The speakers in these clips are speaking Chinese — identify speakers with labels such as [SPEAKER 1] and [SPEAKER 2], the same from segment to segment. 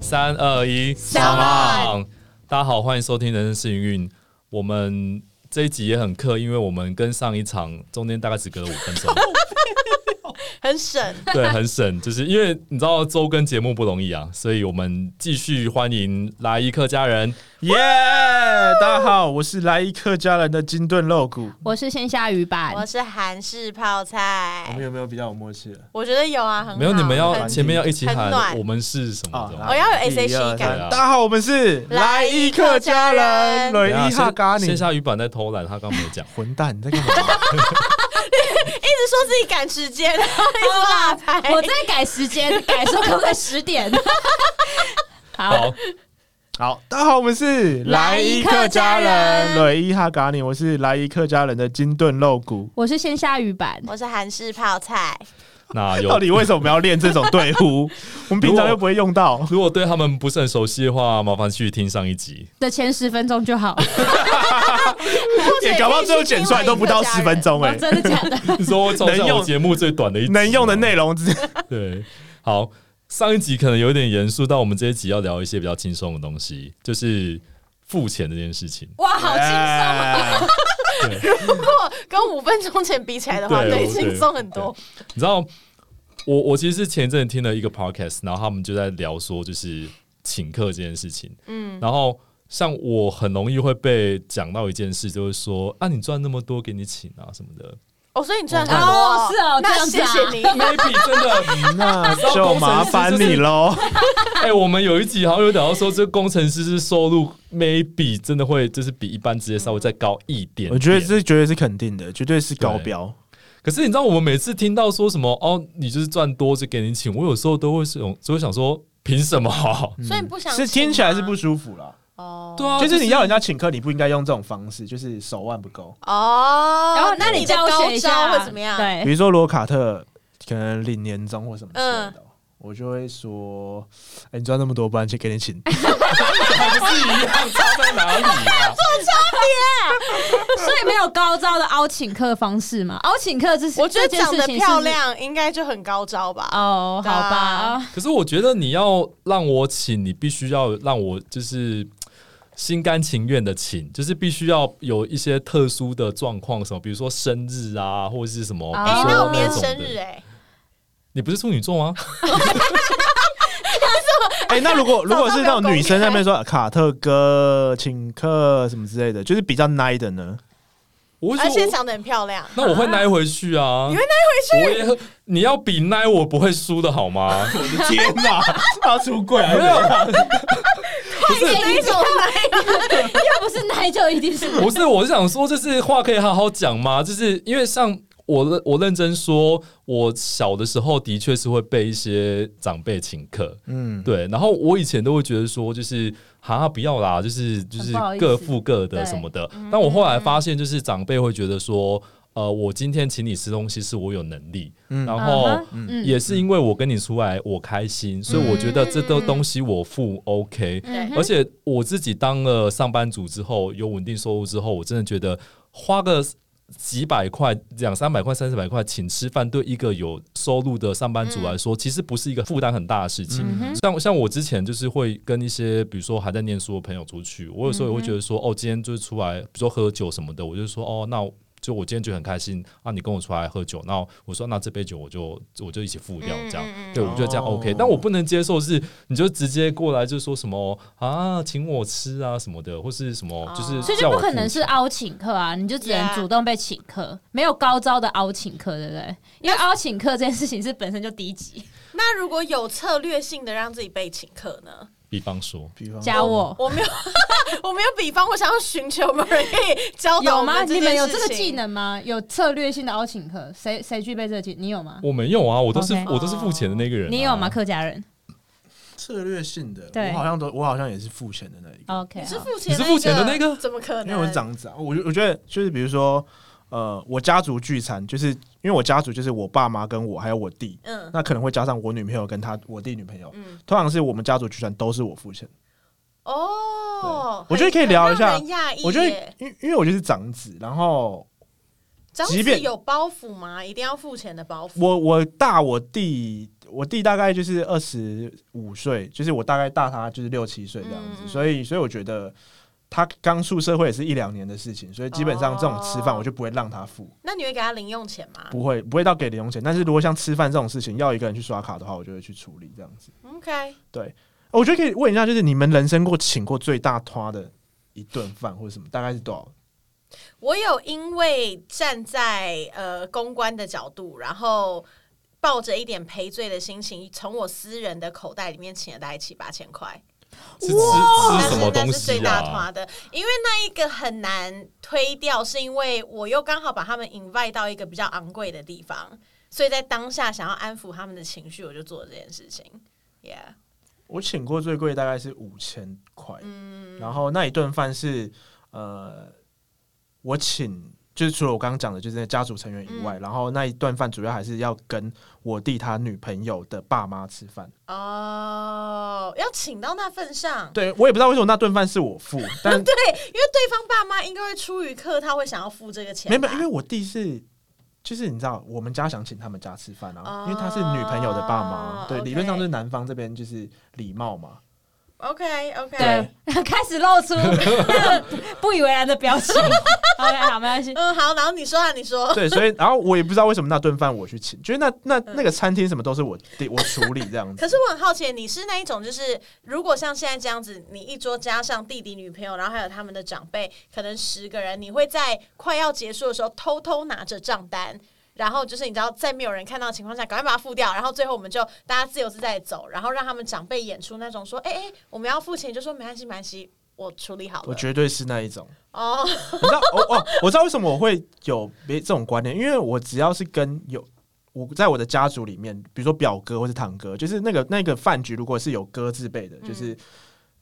[SPEAKER 1] 三二一，
[SPEAKER 2] 上岸！
[SPEAKER 1] 大家好，欢迎收听《人生幸运》。我们这一集也很刻，因为我们跟上一场中间大概只隔了五分 钟，
[SPEAKER 2] 很省。
[SPEAKER 1] 对，很省。就是因为你知道周更节目不容易啊，所以我们继续欢迎来一客家人。
[SPEAKER 3] 耶大家好，我是来一客家人的金盾肉骨。
[SPEAKER 4] 我是线下鱼版，
[SPEAKER 2] 我是韩式泡
[SPEAKER 3] 我
[SPEAKER 2] 菜
[SPEAKER 3] 们，有没有比较有默契了？
[SPEAKER 2] 我觉得有啊，很好
[SPEAKER 1] 没有，你们要
[SPEAKER 2] 很
[SPEAKER 1] 前面要一起
[SPEAKER 2] 很
[SPEAKER 1] 喊
[SPEAKER 2] 暖
[SPEAKER 1] 我们是什么
[SPEAKER 2] 我
[SPEAKER 3] 哎
[SPEAKER 1] 的？
[SPEAKER 2] 要有 S
[SPEAKER 3] 啊一
[SPEAKER 2] H
[SPEAKER 3] 二
[SPEAKER 2] E
[SPEAKER 3] 三
[SPEAKER 2] 感。
[SPEAKER 3] 大家好，我们是
[SPEAKER 2] 来一客家人
[SPEAKER 3] 来
[SPEAKER 1] 等
[SPEAKER 3] 一
[SPEAKER 1] 一
[SPEAKER 3] 客家人雷伊哈嘎
[SPEAKER 1] 线
[SPEAKER 3] 尼
[SPEAKER 1] 线。下鱼板在偷懒，他刚没 讲。
[SPEAKER 3] 混蛋，你在干嘛？
[SPEAKER 2] 一直说自己赶时间，然后一直拉拍。
[SPEAKER 4] 我在改时间，改说可不可以 十点？好，
[SPEAKER 1] 好，
[SPEAKER 3] 好，大家好，我们是
[SPEAKER 4] 来一客家人
[SPEAKER 3] 雷伊哈嘎尼。我是来一客家人的金盾肉骨。
[SPEAKER 4] 我是线下鱼版，
[SPEAKER 2] 我是韩式泡菜，
[SPEAKER 1] 那有
[SPEAKER 3] 到底为什么我们要练这种对 呼？我们平常又不会用到。
[SPEAKER 1] 如果对他们不是很熟悉的话，麻烦去听上一集。
[SPEAKER 4] 的前十分钟就好。
[SPEAKER 3] 也搞不好最后剪出来都不到十分钟哎
[SPEAKER 4] 哦，真的假 的？
[SPEAKER 1] 你说从
[SPEAKER 3] 能
[SPEAKER 1] 我
[SPEAKER 3] 用
[SPEAKER 1] 节目最短的一集
[SPEAKER 3] 能用的
[SPEAKER 1] 吗
[SPEAKER 3] 内容只
[SPEAKER 1] 对，好，上一集可能有点严肃，但我们这一集要聊一些比较轻松的东西，就是付钱这件事情。
[SPEAKER 4] 哇，好轻松！
[SPEAKER 2] 啊
[SPEAKER 3] 松。
[SPEAKER 2] 跟五分钟前比起来的话，
[SPEAKER 1] 对
[SPEAKER 2] 对，
[SPEAKER 1] 我
[SPEAKER 2] 轻松很多。
[SPEAKER 1] 你知道，我我其实是前一阵听了一个 podcast，然后他们就在聊说，就是请客这件事情。
[SPEAKER 2] 嗯，
[SPEAKER 1] 然后像我很容易会被讲到一件事，就是说啊，你赚那么多，给你请啊什么的。
[SPEAKER 2] 哦，所以你赚很
[SPEAKER 4] 哦，
[SPEAKER 2] 多
[SPEAKER 4] 是，哦，这
[SPEAKER 2] 那
[SPEAKER 4] 样子
[SPEAKER 2] 谢
[SPEAKER 4] 啊
[SPEAKER 2] 谢你。
[SPEAKER 1] Maybe 真的，
[SPEAKER 3] 哎那就麻烦你喽。
[SPEAKER 1] 哎、我们有一集好像有聊到说，这工程师是收入 maybe 真的会就是比一般职业稍微再高一点点。
[SPEAKER 3] 我觉得这绝对是肯定的，绝对是高标。
[SPEAKER 1] 可是你知道，我们每次听到说什么哦，你就是赚多就给你请，我有时候都会是有，就会想说，凭什么？
[SPEAKER 2] 所以你不想
[SPEAKER 3] 是听起来是不舒服啦。
[SPEAKER 2] 哦
[SPEAKER 1] 对啊，
[SPEAKER 3] 嗯就是你要人家请客，你不应该用这种方式，就是手腕不够。
[SPEAKER 2] 哦。
[SPEAKER 4] 然后那
[SPEAKER 2] 那
[SPEAKER 4] 你
[SPEAKER 2] 的
[SPEAKER 4] 教
[SPEAKER 2] 高
[SPEAKER 4] 学一
[SPEAKER 2] 招
[SPEAKER 4] 下
[SPEAKER 2] 会怎么样？
[SPEAKER 3] 比
[SPEAKER 4] 对，
[SPEAKER 3] 如说罗卡特可能领年终或什么之类的，我就会说：“哎、你赚那么多，不然去给你请。
[SPEAKER 1] 不 是一样差在哪里啊？
[SPEAKER 4] 所以没有高招的凹请客方式嘛？凹请客这是
[SPEAKER 2] 我觉得
[SPEAKER 4] 这件
[SPEAKER 2] 长
[SPEAKER 4] 事
[SPEAKER 2] 得
[SPEAKER 4] 情是
[SPEAKER 2] 漂亮啊应该就很高招吧。
[SPEAKER 4] 哦，好吧，
[SPEAKER 1] 可是我觉得你要让我请，你必须要让我就是心甘情愿的请，就是必须要有一些特殊的状况，什么比如说生日啊，或者是什么。
[SPEAKER 4] 哦
[SPEAKER 1] 比
[SPEAKER 2] 哎、
[SPEAKER 1] 如说
[SPEAKER 2] 那我明天
[SPEAKER 1] 种
[SPEAKER 2] 生
[SPEAKER 1] 的
[SPEAKER 2] 日哎、
[SPEAKER 1] 你不是处女座 吗？
[SPEAKER 3] 哎、那如果如果是
[SPEAKER 2] 早上
[SPEAKER 3] 那
[SPEAKER 2] 不要公
[SPEAKER 3] 种
[SPEAKER 2] 开
[SPEAKER 3] 女生在那边说“啊卡特哥请客”什么之类的，就是比较 nice 的呢？
[SPEAKER 1] 我
[SPEAKER 2] 而
[SPEAKER 1] 会
[SPEAKER 2] 且
[SPEAKER 1] 说我，
[SPEAKER 2] 长得很漂亮。
[SPEAKER 1] 那我会挨回去啊。你会挨回去？我也 你要比挨我不会输的好吗？
[SPEAKER 3] 我的天哪、 他出柜
[SPEAKER 1] 没有。
[SPEAKER 4] 快点一种
[SPEAKER 2] 哎
[SPEAKER 4] 又不是奶就一定是
[SPEAKER 1] 不是，我是想说，就是话可以好好讲嘛，就是因为像我认我认真说，我小的时候的确是会被一些长辈请客，
[SPEAKER 3] 嗯，
[SPEAKER 1] 对，然后我以前都会觉得说，就是哈不要啦，就是就是
[SPEAKER 4] 很不好意思
[SPEAKER 1] 各付各的
[SPEAKER 4] 对
[SPEAKER 1] 什么的，但我后来发现，就是长辈会觉得说。呃，我今天请你吃东西是我有能力，
[SPEAKER 3] 嗯
[SPEAKER 1] 然后
[SPEAKER 4] 嗯哼嗯
[SPEAKER 1] 也是因为我跟你出来我开心，所以我觉得这都东西我付 OK，
[SPEAKER 2] 对
[SPEAKER 4] 嗯
[SPEAKER 1] 而
[SPEAKER 4] 哼
[SPEAKER 1] 且我自己当了上班族之后，有稳定收入之后，我真的觉得花个几百块、两三百块、三四百块请吃饭，对一个有收入的上班族来说，其实不是一个负担很大的事
[SPEAKER 4] 嗯
[SPEAKER 1] 情。像像我之前就是会跟一些比如说还在念书的朋友出去，我有时候也会觉得说，哦，今天就是出来，比如说喝酒什么的，我就说，哦，那。就我今天就很开心啊！你跟我出来喝酒，那我说那这杯酒我就我就一起付掉，
[SPEAKER 4] 嗯
[SPEAKER 1] 这样、对我觉得这样
[SPEAKER 3] 哦
[SPEAKER 1] OK、但我不能接受是你就直接过来就说什么啊，请我吃啊什么的，或是什么就是
[SPEAKER 2] 哦
[SPEAKER 4] 所以
[SPEAKER 1] 叫
[SPEAKER 4] 就
[SPEAKER 1] 我
[SPEAKER 4] 不可能
[SPEAKER 1] 付
[SPEAKER 4] 是凹请客啊，你就只
[SPEAKER 2] Yeah
[SPEAKER 4] 能主动被请客，没有高招的凹请客，对不对？因为凹请客这件事情是本身就低级。
[SPEAKER 2] 那如果有策略性的让自己被请客呢？
[SPEAKER 1] 比方说，
[SPEAKER 3] 比方
[SPEAKER 4] 加我
[SPEAKER 2] 我没有，我没有比方，我想要寻求有没有人可以教导
[SPEAKER 4] 有
[SPEAKER 2] 我
[SPEAKER 4] 吗？
[SPEAKER 2] 这
[SPEAKER 4] 你们
[SPEAKER 2] 件
[SPEAKER 4] 有
[SPEAKER 2] 事
[SPEAKER 4] 这个
[SPEAKER 2] 情
[SPEAKER 4] 技？能吗？有策略性的凹请客，谁谁具备这个技？你有 吗？
[SPEAKER 1] 我没有啊，我都是
[SPEAKER 4] OK
[SPEAKER 1] 我都是付钱的那个人、
[SPEAKER 3] 啊
[SPEAKER 1] 啊
[SPEAKER 4] 你有吗？？客家人
[SPEAKER 3] 策略性的，
[SPEAKER 4] 对
[SPEAKER 3] 我好像都我好像也是付钱的那一个。
[SPEAKER 4] ，OK，
[SPEAKER 2] 你是
[SPEAKER 4] 好
[SPEAKER 2] 付钱，
[SPEAKER 1] 你是付钱的那个
[SPEAKER 2] 怎么可能？
[SPEAKER 3] 因为我是长子啊，我就我觉得就是比如说，呃，我家族聚餐，就是因为我家族就是我爸妈跟我还有我弟，
[SPEAKER 2] 嗯
[SPEAKER 3] 那可能会加上我女朋友跟他我弟女朋友，
[SPEAKER 2] 嗯
[SPEAKER 3] 通常是我们家族聚餐都是我付钱。
[SPEAKER 2] 哦，
[SPEAKER 3] 对我觉得可以聊一下
[SPEAKER 2] 很让人讶异耶
[SPEAKER 3] 我觉得因因为我就是长子，然后
[SPEAKER 2] 长
[SPEAKER 3] 即便
[SPEAKER 2] 子有包袱吗？一定要付钱的包袱？
[SPEAKER 3] 我我大我弟，我弟大概就是二十五岁，就是我大概大他就是六七岁这样子，
[SPEAKER 2] 嗯嗯
[SPEAKER 3] 所以所以我觉得他刚出社会也是一两年的事情，所以基本上这种吃饭
[SPEAKER 2] 哦
[SPEAKER 3] 我就不会让他付，
[SPEAKER 2] 那你会给他零用钱吗
[SPEAKER 3] 不会不会到给零用钱，但是如果像吃饭这种事情要一个人去刷卡的话，我就会去处理这样子。哦
[SPEAKER 2] ？OK，
[SPEAKER 3] 我觉得可以问一下，就是你们人生过请过最大花的一顿饭或者什么，大概是多少？
[SPEAKER 2] 我有因为站在呃公关的角度，然后抱着一点赔罪的心情，从我私人的口袋里面请了大概七八千块。
[SPEAKER 1] 是吃
[SPEAKER 3] 哦
[SPEAKER 1] 吃
[SPEAKER 2] 但
[SPEAKER 1] 什
[SPEAKER 2] 是
[SPEAKER 1] 么
[SPEAKER 2] 那
[SPEAKER 1] 东
[SPEAKER 2] 是最
[SPEAKER 1] 西
[SPEAKER 2] 大
[SPEAKER 1] 啊
[SPEAKER 2] 团？的，因为那一个很难推掉，是因为我又刚好把他们 invite 到一个比较昂贵的地方，所以在当下想要安抚他们的情绪，我就做了这件事情。Yeah，
[SPEAKER 3] 我请过最贵大概是五千块，
[SPEAKER 2] 嗯，
[SPEAKER 3] 然后那一顿饭是呃，我请就是除了我刚刚讲的，就是那家族成员以外，然后那一顿饭主要还是要跟我弟他女朋友的爸妈吃饭。
[SPEAKER 2] 哦，要请到那份上，
[SPEAKER 3] 对我也不知道为什么那顿饭是我付，但
[SPEAKER 2] 因为 对方爸妈应该会出于客套，会想要付这个钱吧。
[SPEAKER 3] 没有，因为我弟是。就是你知道，我们家想请他们家吃饭啊，
[SPEAKER 2] 哦
[SPEAKER 3] 因为他是女朋友的爸妈，对，
[SPEAKER 2] OK
[SPEAKER 3] 理论上就是男方这边就是礼貌嘛，
[SPEAKER 2] OK OK，
[SPEAKER 4] 对，开始露 出那种不以为然的表情。OK，好，没关系。
[SPEAKER 2] 嗯，好，然后你说啊，你说，
[SPEAKER 3] 对，所以 然后我也不知道为什么那顿饭我去请，就是那那那个餐厅什么都是我弟我处理这样子。
[SPEAKER 2] 可是我很好奇，你是那一种，就是如果像现在这样子，你一桌加上弟弟、女朋友，然后还有他们的长辈，可能十个人，你会在快要结束的时候偷偷拿着账单，然后就是你知道，在没有人看到的情况下，赶快把它付掉，然后最后我们就大家自由自在地走，然后让他们长辈演出那种说，哎、哎、我们要付钱，你就说没关系，没关系，我处理好了。
[SPEAKER 3] 我绝对是那一种，
[SPEAKER 2] 哦，
[SPEAKER 3] 你知道，哦哦，我知道为什么我会有别这种观念，因为我只要是跟有我在我的家族里面，比如说表哥或是堂哥，就是那个那个饭局，如果是有哥字辈的，
[SPEAKER 2] 嗯
[SPEAKER 3] 就是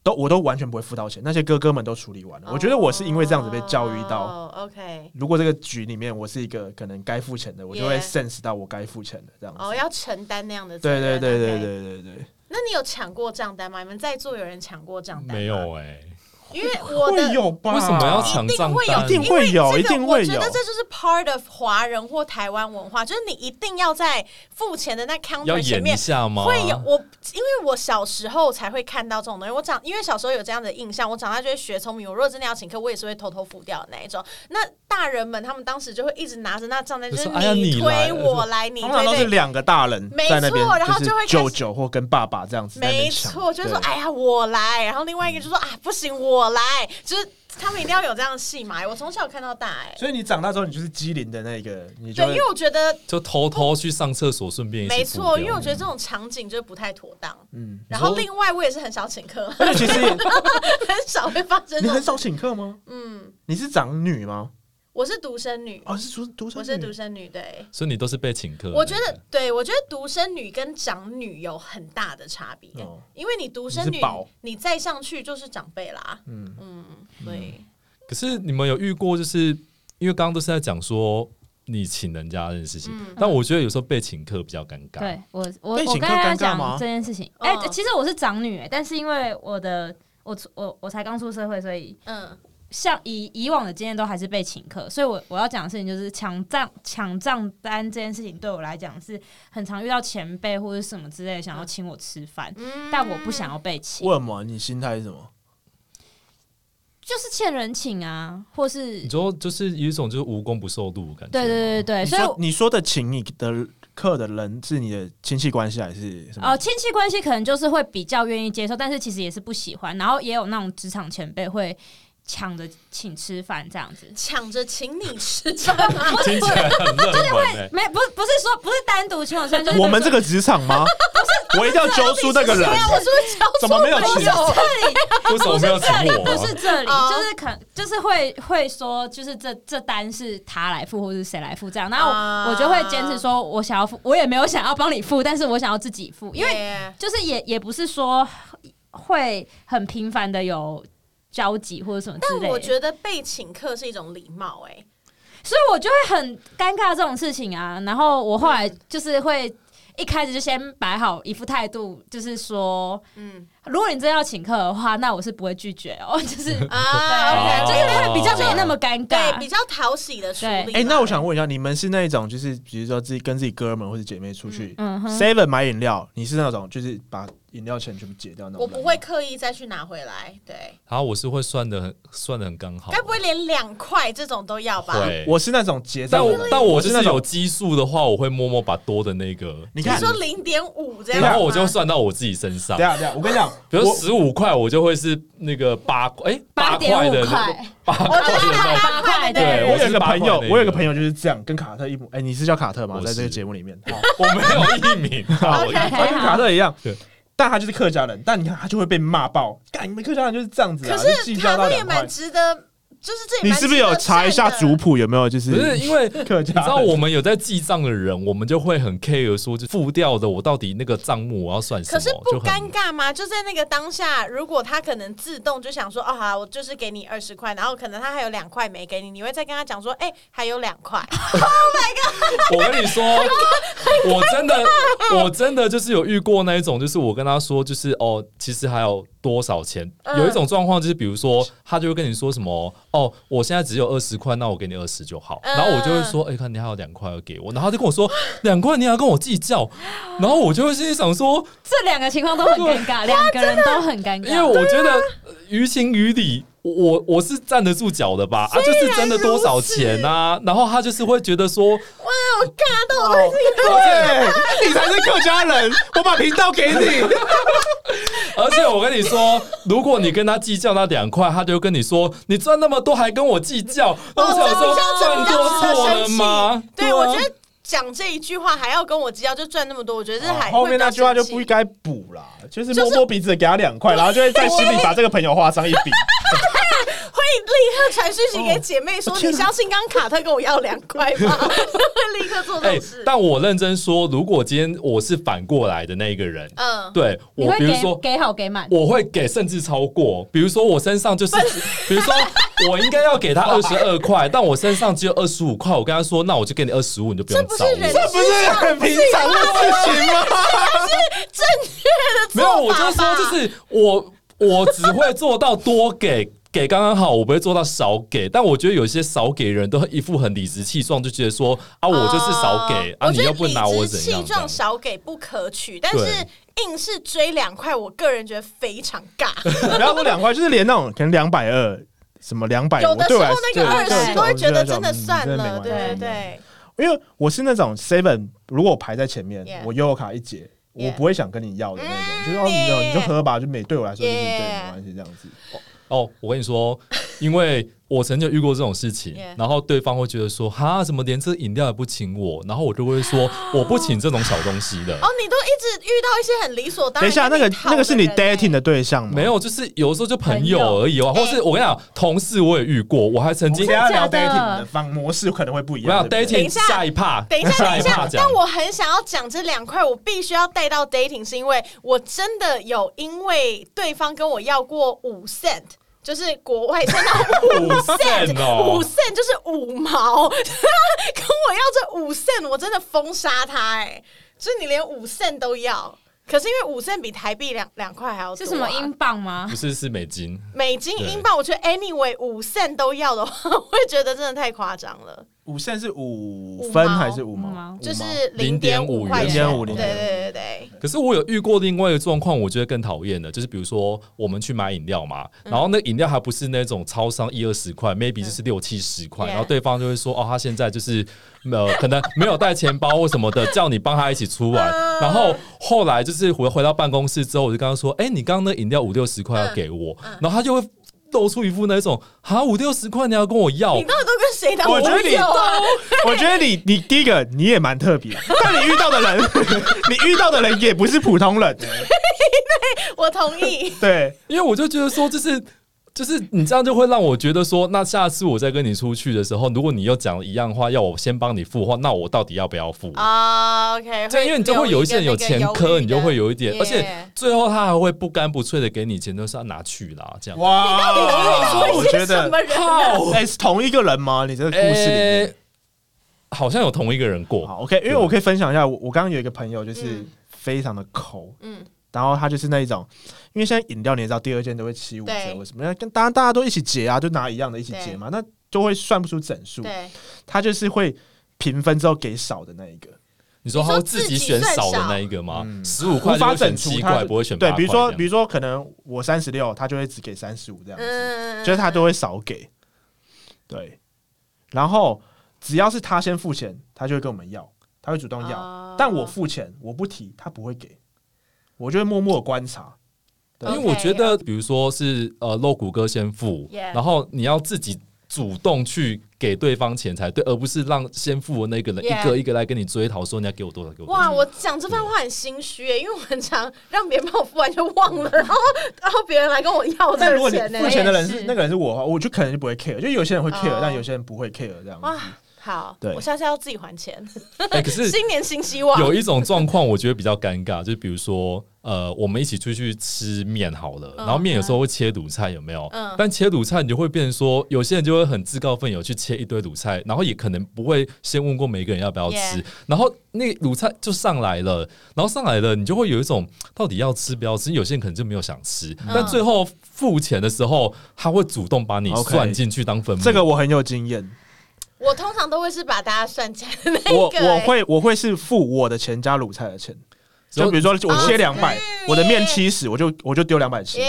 [SPEAKER 3] 都我都完全不会付到钱，那些哥哥们都处理完了。我觉得我是因为这样子被教育到，
[SPEAKER 2] 哦，OK，
[SPEAKER 3] 如果这个局里面我是一个可能该付钱的，我就会
[SPEAKER 2] Yeah
[SPEAKER 3] sense 到我该付钱的这样子。
[SPEAKER 2] 哦，要承担那样的责
[SPEAKER 3] 对对
[SPEAKER 2] 任。
[SPEAKER 3] 对对
[SPEAKER 2] OK
[SPEAKER 3] 对对对。
[SPEAKER 2] 那你有抢过账单吗？你们在座有人抢过账单吗
[SPEAKER 1] 没，有哎，
[SPEAKER 2] 因为我的
[SPEAKER 3] 会有吧？
[SPEAKER 1] 为什么要抢
[SPEAKER 2] 一定
[SPEAKER 1] 账
[SPEAKER 2] 会有，
[SPEAKER 1] 单？
[SPEAKER 3] 一定会有
[SPEAKER 2] 因为这个
[SPEAKER 3] 一定会有
[SPEAKER 2] 我觉得这就是 part of 华人或台湾文化，就是你一定要在付钱的那
[SPEAKER 1] 要
[SPEAKER 2] counter 前
[SPEAKER 1] 演一
[SPEAKER 2] 面。
[SPEAKER 1] 下吗？
[SPEAKER 2] 会有我，因为我小时候才会看到这种东西。我长因为小时候有这样的印象，我长大就会学聪明。我如果真的要请客，我也是会偷偷付掉的那一种。那大人们他们当时就会一直拿着那账单，
[SPEAKER 1] 就
[SPEAKER 2] 就是是
[SPEAKER 1] 哎
[SPEAKER 3] 啊
[SPEAKER 1] 呀你来
[SPEAKER 2] 推我来，你
[SPEAKER 3] 通常都
[SPEAKER 2] 推
[SPEAKER 3] 是
[SPEAKER 2] 对。
[SPEAKER 3] 两个大人
[SPEAKER 2] 没
[SPEAKER 3] 在那边
[SPEAKER 2] 错然，后
[SPEAKER 3] 就
[SPEAKER 2] 就会
[SPEAKER 3] 是
[SPEAKER 2] 开始
[SPEAKER 3] 舅舅或跟爸爸这样子在那边
[SPEAKER 2] 没
[SPEAKER 3] 抢。
[SPEAKER 2] 错，就是说
[SPEAKER 3] 对
[SPEAKER 2] 哎呀我来，然后另外一个就说啊不行我来，就是他们一定要有这样的戏码。我从小看到大哎、
[SPEAKER 3] 所以你长大之后，你就是机灵的那个，你就
[SPEAKER 2] 对，
[SPEAKER 3] 会
[SPEAKER 2] 因为我觉得
[SPEAKER 1] 就偷偷去上厕所，顺便一起
[SPEAKER 2] 没
[SPEAKER 1] 付
[SPEAKER 2] 错，
[SPEAKER 1] 掉
[SPEAKER 2] 因为我觉得这种场景就是不太妥当。
[SPEAKER 3] 嗯，
[SPEAKER 2] 然后
[SPEAKER 1] 说
[SPEAKER 2] 另外，我也是很少请客，
[SPEAKER 3] 而且其实也
[SPEAKER 2] 很少会发生
[SPEAKER 3] 你
[SPEAKER 2] 这
[SPEAKER 3] 很
[SPEAKER 2] 种。
[SPEAKER 3] 少请客吗？
[SPEAKER 2] 嗯，
[SPEAKER 3] 你是长女吗？
[SPEAKER 2] 我是独生女，
[SPEAKER 3] 哦，是独独生
[SPEAKER 2] 我
[SPEAKER 3] 女，
[SPEAKER 2] 是独生女，对。
[SPEAKER 1] 所以你都是被请客的那个。
[SPEAKER 2] 我觉得，对我觉得独生女跟长女有很大的差别，
[SPEAKER 3] 哦
[SPEAKER 2] 因为你独生
[SPEAKER 3] 你
[SPEAKER 2] 女
[SPEAKER 3] 是宝，
[SPEAKER 2] 你再上去就是长辈啦。
[SPEAKER 3] 嗯，
[SPEAKER 2] 嗯，对，
[SPEAKER 1] 可是你们有遇过，就是因为刚刚都是在讲说你请人家这件事情，
[SPEAKER 2] 嗯
[SPEAKER 1] 但我觉得有时候被请客比较尴尬。
[SPEAKER 4] 对我，我
[SPEAKER 3] 被
[SPEAKER 4] 我
[SPEAKER 3] 请
[SPEAKER 4] 跟
[SPEAKER 3] 客
[SPEAKER 4] 大家
[SPEAKER 3] 尴尬吗
[SPEAKER 4] 讲这件事情。哎、
[SPEAKER 2] 嗯
[SPEAKER 4] 其实我是长女、哎，但是因为我的我出我我才刚出社会，所以
[SPEAKER 2] 嗯，
[SPEAKER 4] 像以以往的经验都还是被请客，所以我我要讲的事情就是抢账抢账单这件事情对我来讲是很常遇到前辈或者什么之类的想要请我吃饭，
[SPEAKER 2] 嗯
[SPEAKER 4] 但我不想要被请，
[SPEAKER 3] 为什么？你心态是什么？
[SPEAKER 4] 就是欠人情啊，或是
[SPEAKER 1] 你说就是有一种就是无功不受禄的感觉。
[SPEAKER 4] 对对对对，
[SPEAKER 2] 哎
[SPEAKER 3] 你
[SPEAKER 4] 所以
[SPEAKER 3] 说你说的请你的客的人是你的亲戚关系还是什么？
[SPEAKER 4] 哦，亲戚关系可能就是会比较愿意接受，但是其实也是不喜欢。然后也有那种职场前辈会抢着请吃饭这样 子，
[SPEAKER 2] 抢着请你吃饭吗？
[SPEAKER 1] 听起来很热门、欸。
[SPEAKER 4] 没不是不是说不是单独请我吃饭，就是
[SPEAKER 3] 我们这个职场 吗？我一定要揪出那个人
[SPEAKER 2] 对，啊，我是不是
[SPEAKER 3] 怎么没有
[SPEAKER 2] 不
[SPEAKER 3] 请
[SPEAKER 2] 是？
[SPEAKER 4] 这里
[SPEAKER 1] 为什么
[SPEAKER 4] 不
[SPEAKER 1] 没有
[SPEAKER 4] 是
[SPEAKER 1] 请
[SPEAKER 4] 这里，
[SPEAKER 1] 我、
[SPEAKER 4] 不
[SPEAKER 1] 啊？
[SPEAKER 4] 是这里，
[SPEAKER 2] 哦
[SPEAKER 4] 就是可就是会会说，就是这这单是他来付，或是谁来付这样。然后
[SPEAKER 2] 啊
[SPEAKER 4] 我我就会坚持说，我想要付，我也没有想要帮你付，但是我想要自己付，因为
[SPEAKER 2] 为
[SPEAKER 4] 就是也也不是说会很频繁的有交集或者什么之类的。
[SPEAKER 2] 但我觉得被请客是一种礼貌，哎，
[SPEAKER 4] 所以我就会很尴尬这种事情啊。然后我
[SPEAKER 2] 嗯
[SPEAKER 4] 后来就是会一开始就先摆好一副态度，就是说
[SPEAKER 2] 嗯，
[SPEAKER 4] 如果你真要请客的话，那我是不会拒绝哦， 就是
[SPEAKER 2] 啊，
[SPEAKER 1] 哦
[SPEAKER 2] OK，
[SPEAKER 4] 对，就是那个比较没那么尴尬
[SPEAKER 2] 对，比较讨喜的处理
[SPEAKER 4] 啊对
[SPEAKER 2] 嘛。
[SPEAKER 3] 哎、那我想问一下，你们是那一种，就是比如说自己跟自己哥们或者姐妹出去、
[SPEAKER 4] 嗯哼
[SPEAKER 3] Seven 买饮料，你是那种就是把饮料钱全部结掉那种
[SPEAKER 2] 我
[SPEAKER 3] 人吗？
[SPEAKER 2] 不会刻意再去拿回来，对，
[SPEAKER 1] 然后我是会算的很算的很刚好，
[SPEAKER 2] 该不会连两块这种都要吧？
[SPEAKER 1] 会
[SPEAKER 3] 我是那种结
[SPEAKER 1] 但
[SPEAKER 3] 账的
[SPEAKER 1] 我
[SPEAKER 3] 人，
[SPEAKER 1] 但我就
[SPEAKER 3] 我是那
[SPEAKER 1] 是
[SPEAKER 3] 种
[SPEAKER 1] 有基数的话，我会默默把多的那个，
[SPEAKER 3] 你
[SPEAKER 2] 你
[SPEAKER 3] 看，
[SPEAKER 2] 说零点五这样吗，
[SPEAKER 1] 然后我就算到我自己身上
[SPEAKER 3] 等一。下等一下，我跟你讲，
[SPEAKER 1] 比如
[SPEAKER 3] 我
[SPEAKER 1] 十五块，我就会是那个八块，哎，八块的
[SPEAKER 4] 8.5
[SPEAKER 1] 那
[SPEAKER 4] 块，
[SPEAKER 1] 八块
[SPEAKER 2] 我
[SPEAKER 1] 的
[SPEAKER 2] 知道
[SPEAKER 1] 那种。
[SPEAKER 2] 八块的，
[SPEAKER 1] 对 我
[SPEAKER 3] 我有
[SPEAKER 1] 是
[SPEAKER 3] 一个
[SPEAKER 1] 八
[SPEAKER 3] 朋
[SPEAKER 1] 块
[SPEAKER 3] 友
[SPEAKER 1] 那，个
[SPEAKER 3] 我有一个朋友就是这样，跟卡特一模。哎、你是叫哎卡特吗？
[SPEAKER 1] 我
[SPEAKER 3] 在这个
[SPEAKER 1] 是
[SPEAKER 3] 节目里面，好
[SPEAKER 1] 我没有艺名，好我
[SPEAKER 4] OK
[SPEAKER 3] 他跟卡特一样
[SPEAKER 1] 对。
[SPEAKER 3] 但他就是客家人，但你看他就会被骂爆。干，你们客家人就是这样子啊，
[SPEAKER 2] 可
[SPEAKER 3] 就是计
[SPEAKER 2] 卡
[SPEAKER 3] 较到
[SPEAKER 2] 特也
[SPEAKER 3] 两块
[SPEAKER 2] 蛮。值得，就是这也
[SPEAKER 3] 你
[SPEAKER 2] 蛮
[SPEAKER 3] 是不是有
[SPEAKER 2] 值得
[SPEAKER 3] 查一下
[SPEAKER 2] 赞的
[SPEAKER 3] 族谱有没有？就
[SPEAKER 1] 不是
[SPEAKER 3] 是
[SPEAKER 1] 因为
[SPEAKER 3] 客
[SPEAKER 1] 你
[SPEAKER 3] 家
[SPEAKER 1] 知道
[SPEAKER 3] 人
[SPEAKER 1] 我们有在记账的人，我们就会很 care 说，就付掉的我到底那个账目我要算什
[SPEAKER 2] 可
[SPEAKER 1] 么，
[SPEAKER 2] 是
[SPEAKER 1] 就很
[SPEAKER 2] 不尴尬吗？就在那个当下，如果他可能自动就想说，啊，好我就是给你二十块，然后可能他还有两块没给你，你会再跟他讲说，哎、还有两块，
[SPEAKER 1] 我跟你 说，我真的，我真的就是有遇过那一种，就是我跟他说，就是哦，其实还有多少钱？
[SPEAKER 2] 嗯
[SPEAKER 1] 有一种状况就是，比如说他就会跟你说什么哦，我现在只有二十块，那我给你二十就好。
[SPEAKER 2] 嗯
[SPEAKER 1] 然后我就会说，哎、看你还有两块要给我，然后他就跟我说两块你还要跟我计较，然后我就会心里想说，
[SPEAKER 4] 这两个情况都很 尴尬，两个人都很尴
[SPEAKER 2] 啊
[SPEAKER 1] 因为
[SPEAKER 4] 尬。
[SPEAKER 1] 我觉得呃于情于理，我我我是站得住脚的吧？啊，就是真的多少钱啊？然后他就是会觉得说，
[SPEAKER 2] 哇，我尬到我都是
[SPEAKER 3] 对，你才是客家人，我把频道给你。
[SPEAKER 1] 而且我跟你说，如果你跟他计较那两块，他就跟你说你赚那么多还跟我计较，那我想说
[SPEAKER 2] 哦
[SPEAKER 1] 赚多错了吗？
[SPEAKER 2] 对，
[SPEAKER 1] 啊
[SPEAKER 2] 我觉得讲这一句话还要跟我计较，就赚那么多，我觉得这还、
[SPEAKER 3] 后面那句话就不应。该补啦，就是摸摸鼻子给他两块，然后就会在心里把这个朋友画上一笔。
[SPEAKER 2] 会立刻传讯息给姐妹说：“
[SPEAKER 3] 哦
[SPEAKER 2] 你相信刚卡特跟我要两块吗？” 会立刻做这
[SPEAKER 1] 哎、
[SPEAKER 2] 种事。
[SPEAKER 1] 但我认真说，如果今天我是反过来的那一个人，
[SPEAKER 3] 哎
[SPEAKER 2] 嗯，
[SPEAKER 1] 对
[SPEAKER 4] 你
[SPEAKER 1] 我
[SPEAKER 4] 会
[SPEAKER 1] 比如
[SPEAKER 4] 给
[SPEAKER 1] 说。
[SPEAKER 4] 给好给满，
[SPEAKER 1] 我会给，甚至超过。比如说，我身上就是，比 如说，我应该要给他二十二块，但我身上只有二十五块。我跟他说，那我就给你二十五，你就不
[SPEAKER 2] 这
[SPEAKER 1] 用
[SPEAKER 2] 不
[SPEAKER 1] 找
[SPEAKER 2] 是啊
[SPEAKER 1] 我。
[SPEAKER 2] 人
[SPEAKER 3] 这不是很平常的事情吗？
[SPEAKER 2] 正确的
[SPEAKER 1] 没有，
[SPEAKER 2] 做
[SPEAKER 1] 我
[SPEAKER 2] 法
[SPEAKER 1] 就说
[SPEAKER 2] 吧。
[SPEAKER 1] 就是我，我只会做到多给。给刚刚好，我不会做到少给，但我觉得有些少给人都一副很理直气壮，就觉得说啊，我就是少给、
[SPEAKER 2] 哦
[SPEAKER 1] 啊，
[SPEAKER 2] 我
[SPEAKER 1] 你
[SPEAKER 2] 觉得
[SPEAKER 1] 又不拿我
[SPEAKER 2] 理直
[SPEAKER 1] 怎样
[SPEAKER 2] 气
[SPEAKER 1] 这样
[SPEAKER 2] 壮少给不可取，但是
[SPEAKER 1] 对
[SPEAKER 2] 硬是追两块，我个人觉得非常 尬。
[SPEAKER 3] 不要说两块，就是连那种可能两百二。什么两百？
[SPEAKER 2] 有的时
[SPEAKER 3] 对哎我
[SPEAKER 2] 候
[SPEAKER 3] 来
[SPEAKER 2] 那个二
[SPEAKER 3] 对
[SPEAKER 2] 十
[SPEAKER 3] 对
[SPEAKER 2] 都会觉得
[SPEAKER 3] 我就
[SPEAKER 2] 真的算了，
[SPEAKER 3] 嗯
[SPEAKER 2] 对
[SPEAKER 3] 真的没
[SPEAKER 2] 对
[SPEAKER 3] 关系
[SPEAKER 2] 对。
[SPEAKER 3] 因为我是那种 seven，如果我排在前面
[SPEAKER 2] Yeah
[SPEAKER 3] 我悠游卡一结，我不会想跟你要的那种，
[SPEAKER 2] 嗯
[SPEAKER 3] 就是哦，你有
[SPEAKER 2] yeah
[SPEAKER 3] 你就喝吧，就没对我来说就是对
[SPEAKER 2] Yeah
[SPEAKER 3] 没关系这样子。
[SPEAKER 1] 哦，我跟你说，因为我曾经有遇过这种事情
[SPEAKER 2] Yeah
[SPEAKER 1] 然后对方会觉得说哈，怎么连这饮料也不请我？然后我就会 说，我不请这种小东西的。
[SPEAKER 2] 哦，你都一直遇到一些很理所当
[SPEAKER 3] 等一
[SPEAKER 2] 然跟
[SPEAKER 3] 下，
[SPEAKER 2] 你讨的人欸。
[SPEAKER 3] 那个那个是你 dating 的对象吗？
[SPEAKER 1] 没，有，就是有时候就朋
[SPEAKER 4] 朋友
[SPEAKER 1] 友而已啊，或
[SPEAKER 2] 哎
[SPEAKER 1] 是我跟你讲，同事我也遇过，我还曾
[SPEAKER 3] 今
[SPEAKER 1] 经
[SPEAKER 3] 天要聊
[SPEAKER 4] 真的假的
[SPEAKER 3] dating 的方模式可能会不一
[SPEAKER 1] 我
[SPEAKER 3] 样
[SPEAKER 1] 要。
[SPEAKER 3] 对不对
[SPEAKER 1] dating
[SPEAKER 2] 一下
[SPEAKER 1] 下一趴，
[SPEAKER 2] 等一 下，等
[SPEAKER 1] 趴
[SPEAKER 2] 一下，
[SPEAKER 1] 讲
[SPEAKER 2] 但我很想要讲这两块，我必须要带到 dating，是因为我真的有因为对方跟我要过五 cent，就是国外真的
[SPEAKER 1] 五 cent
[SPEAKER 2] 五
[SPEAKER 1] 哦，
[SPEAKER 2] cent 就是五毛， 跟我要这五 cent，我真的封杀他哎、就是你连五 cent 都要，可是因为五 cent 比台币两两块还要多、啊
[SPEAKER 4] 是什么英？镑吗
[SPEAKER 1] 不？是是美金。
[SPEAKER 2] 美金、
[SPEAKER 1] 对
[SPEAKER 2] 英镑，我觉得 anyway 五 cent 都要的话， 我会觉得真的太夸张了，
[SPEAKER 3] 五线是五
[SPEAKER 2] 五
[SPEAKER 3] 分
[SPEAKER 2] 毛
[SPEAKER 3] 还是五
[SPEAKER 4] 五
[SPEAKER 3] 毛
[SPEAKER 4] 毛？
[SPEAKER 2] 就是点
[SPEAKER 1] 0.5
[SPEAKER 2] 块钱，
[SPEAKER 3] 0.5
[SPEAKER 2] 对对对对
[SPEAKER 1] 可是我有遇过另外一个状况，我觉得更讨厌的，就是比如说我们去买饮料嘛，然后那饮料还不是那种超商一二十块，maybe 就是六七十块，
[SPEAKER 2] Yeah
[SPEAKER 1] 然后对方就会说哦，他现在就是呃可能没有带钱包或什么的，叫你帮他一起出来。然后后来就是回回到办公室之后，我就跟他说，哎、你刚刚那饮料五六十块要给我，然后他就会露出一副那种哈五六十块你要跟我要
[SPEAKER 2] 对，你，到底都跟谁当
[SPEAKER 3] 我觉得你
[SPEAKER 2] 朋友啊
[SPEAKER 3] 我觉得你，你第一个你也蛮特别，但你遇到的人， 你遇到的人也不是普通人，
[SPEAKER 2] 我同意。
[SPEAKER 3] 对，
[SPEAKER 1] 因为我就觉得说，就是就是你这样就会让我觉得说，那下次我再跟你出去的时候，如果你又讲一样话，要我先帮你付的话，那我到底要不要付？
[SPEAKER 2] 啊 ，OK，
[SPEAKER 1] 就因为你就会有一些人有前科，你就会
[SPEAKER 2] 有
[SPEAKER 1] 有一点，
[SPEAKER 2] Yeah
[SPEAKER 1] 而且最后他还会不干不脆的给你钱，就说拿去啦，这样。
[SPEAKER 3] 哇我
[SPEAKER 2] 一
[SPEAKER 3] 觉
[SPEAKER 2] 些什
[SPEAKER 3] 得
[SPEAKER 2] 么，人啊
[SPEAKER 1] 靠！
[SPEAKER 3] 哎，是同一个人吗？你这个故事里面
[SPEAKER 1] 诶，好像有同一个人过，
[SPEAKER 3] 好，OK，因为我可以分享一下，我我刚刚有一个朋友就是
[SPEAKER 2] 嗯
[SPEAKER 3] 非常的抠，
[SPEAKER 2] 嗯，
[SPEAKER 3] 然后它就是那一种，因为现在饮料你也知道，第二件都会七五折
[SPEAKER 2] 对
[SPEAKER 3] 或什么，那跟当然大家都一起结啊，就拿一样的一起结嘛，那就会算不出整数，
[SPEAKER 2] 对，
[SPEAKER 3] 它就是会平分之后给少的那一个。
[SPEAKER 1] 你说他会自己选少的那一个吗？十
[SPEAKER 3] 嗯
[SPEAKER 1] 五块就会选七块，不会选八
[SPEAKER 3] 对，
[SPEAKER 1] 块。
[SPEAKER 3] 比如说，比
[SPEAKER 1] 如
[SPEAKER 3] 如说，可能我三十六，他就会只给三十五这样子，
[SPEAKER 2] 嗯
[SPEAKER 3] 就是他都会少给。对，然后只要是他先付钱，他就会跟我们要，他会主动要。
[SPEAKER 2] 要
[SPEAKER 3] 但我付钱，我不提，他不会给，我就会默默地观察。
[SPEAKER 1] 因为我觉得，比如说是呃露骨哥先付，
[SPEAKER 2] Yeah
[SPEAKER 1] 然后你要自己主动去给对方钱才对，而不是让先付的那个人
[SPEAKER 2] Yeah
[SPEAKER 1] 一个一个来跟你追讨说你要给我多少给我多少。
[SPEAKER 2] 哇，我讲这番话很心虚耶，因为我很常让别人帮我付完就忘了，然后然后别人来跟我要
[SPEAKER 3] 但如
[SPEAKER 2] 这个
[SPEAKER 3] 果你
[SPEAKER 2] 钱呢
[SPEAKER 3] 付。钱的人
[SPEAKER 4] 我也
[SPEAKER 3] 是
[SPEAKER 4] 是
[SPEAKER 3] 那个人是我的话，我就可能就不会 care，就有些人会 care，
[SPEAKER 2] 哦
[SPEAKER 3] 但有些人不会 care 这样子。
[SPEAKER 2] 哇，好，
[SPEAKER 3] 对
[SPEAKER 2] 我下次要自己还钱。
[SPEAKER 1] 哎，可是
[SPEAKER 2] 新年新希望，
[SPEAKER 1] 有一种状况，我觉得比较尴尬， 就是比如说，呃，我们一起出去吃面好了，
[SPEAKER 2] 嗯
[SPEAKER 1] 然后面有时候会切卤菜，有没有？
[SPEAKER 2] 嗯
[SPEAKER 1] 但切卤菜你就会变成说，有些人就会很自告奋勇去切一堆卤菜，然后也可能不会先问过每个人要不要吃
[SPEAKER 2] Yeah
[SPEAKER 1] 然后那个卤菜就上来了，然后上来了，你就会有一种到底要吃不要吃，有些人可能就没有想吃，
[SPEAKER 2] 嗯
[SPEAKER 1] 但最后付钱的时候，他会主动把你
[SPEAKER 3] OK
[SPEAKER 1] 算进去当分母。
[SPEAKER 3] 这个我很有经验，
[SPEAKER 2] 我通常都会是把大家算起来的那
[SPEAKER 3] 我
[SPEAKER 2] 一个。欸
[SPEAKER 3] 我会我会是付我的钱加卤菜的钱，就比如说我切两
[SPEAKER 2] 哦
[SPEAKER 3] 百、我的面七十，我就我就丢两百七，
[SPEAKER 2] 耶，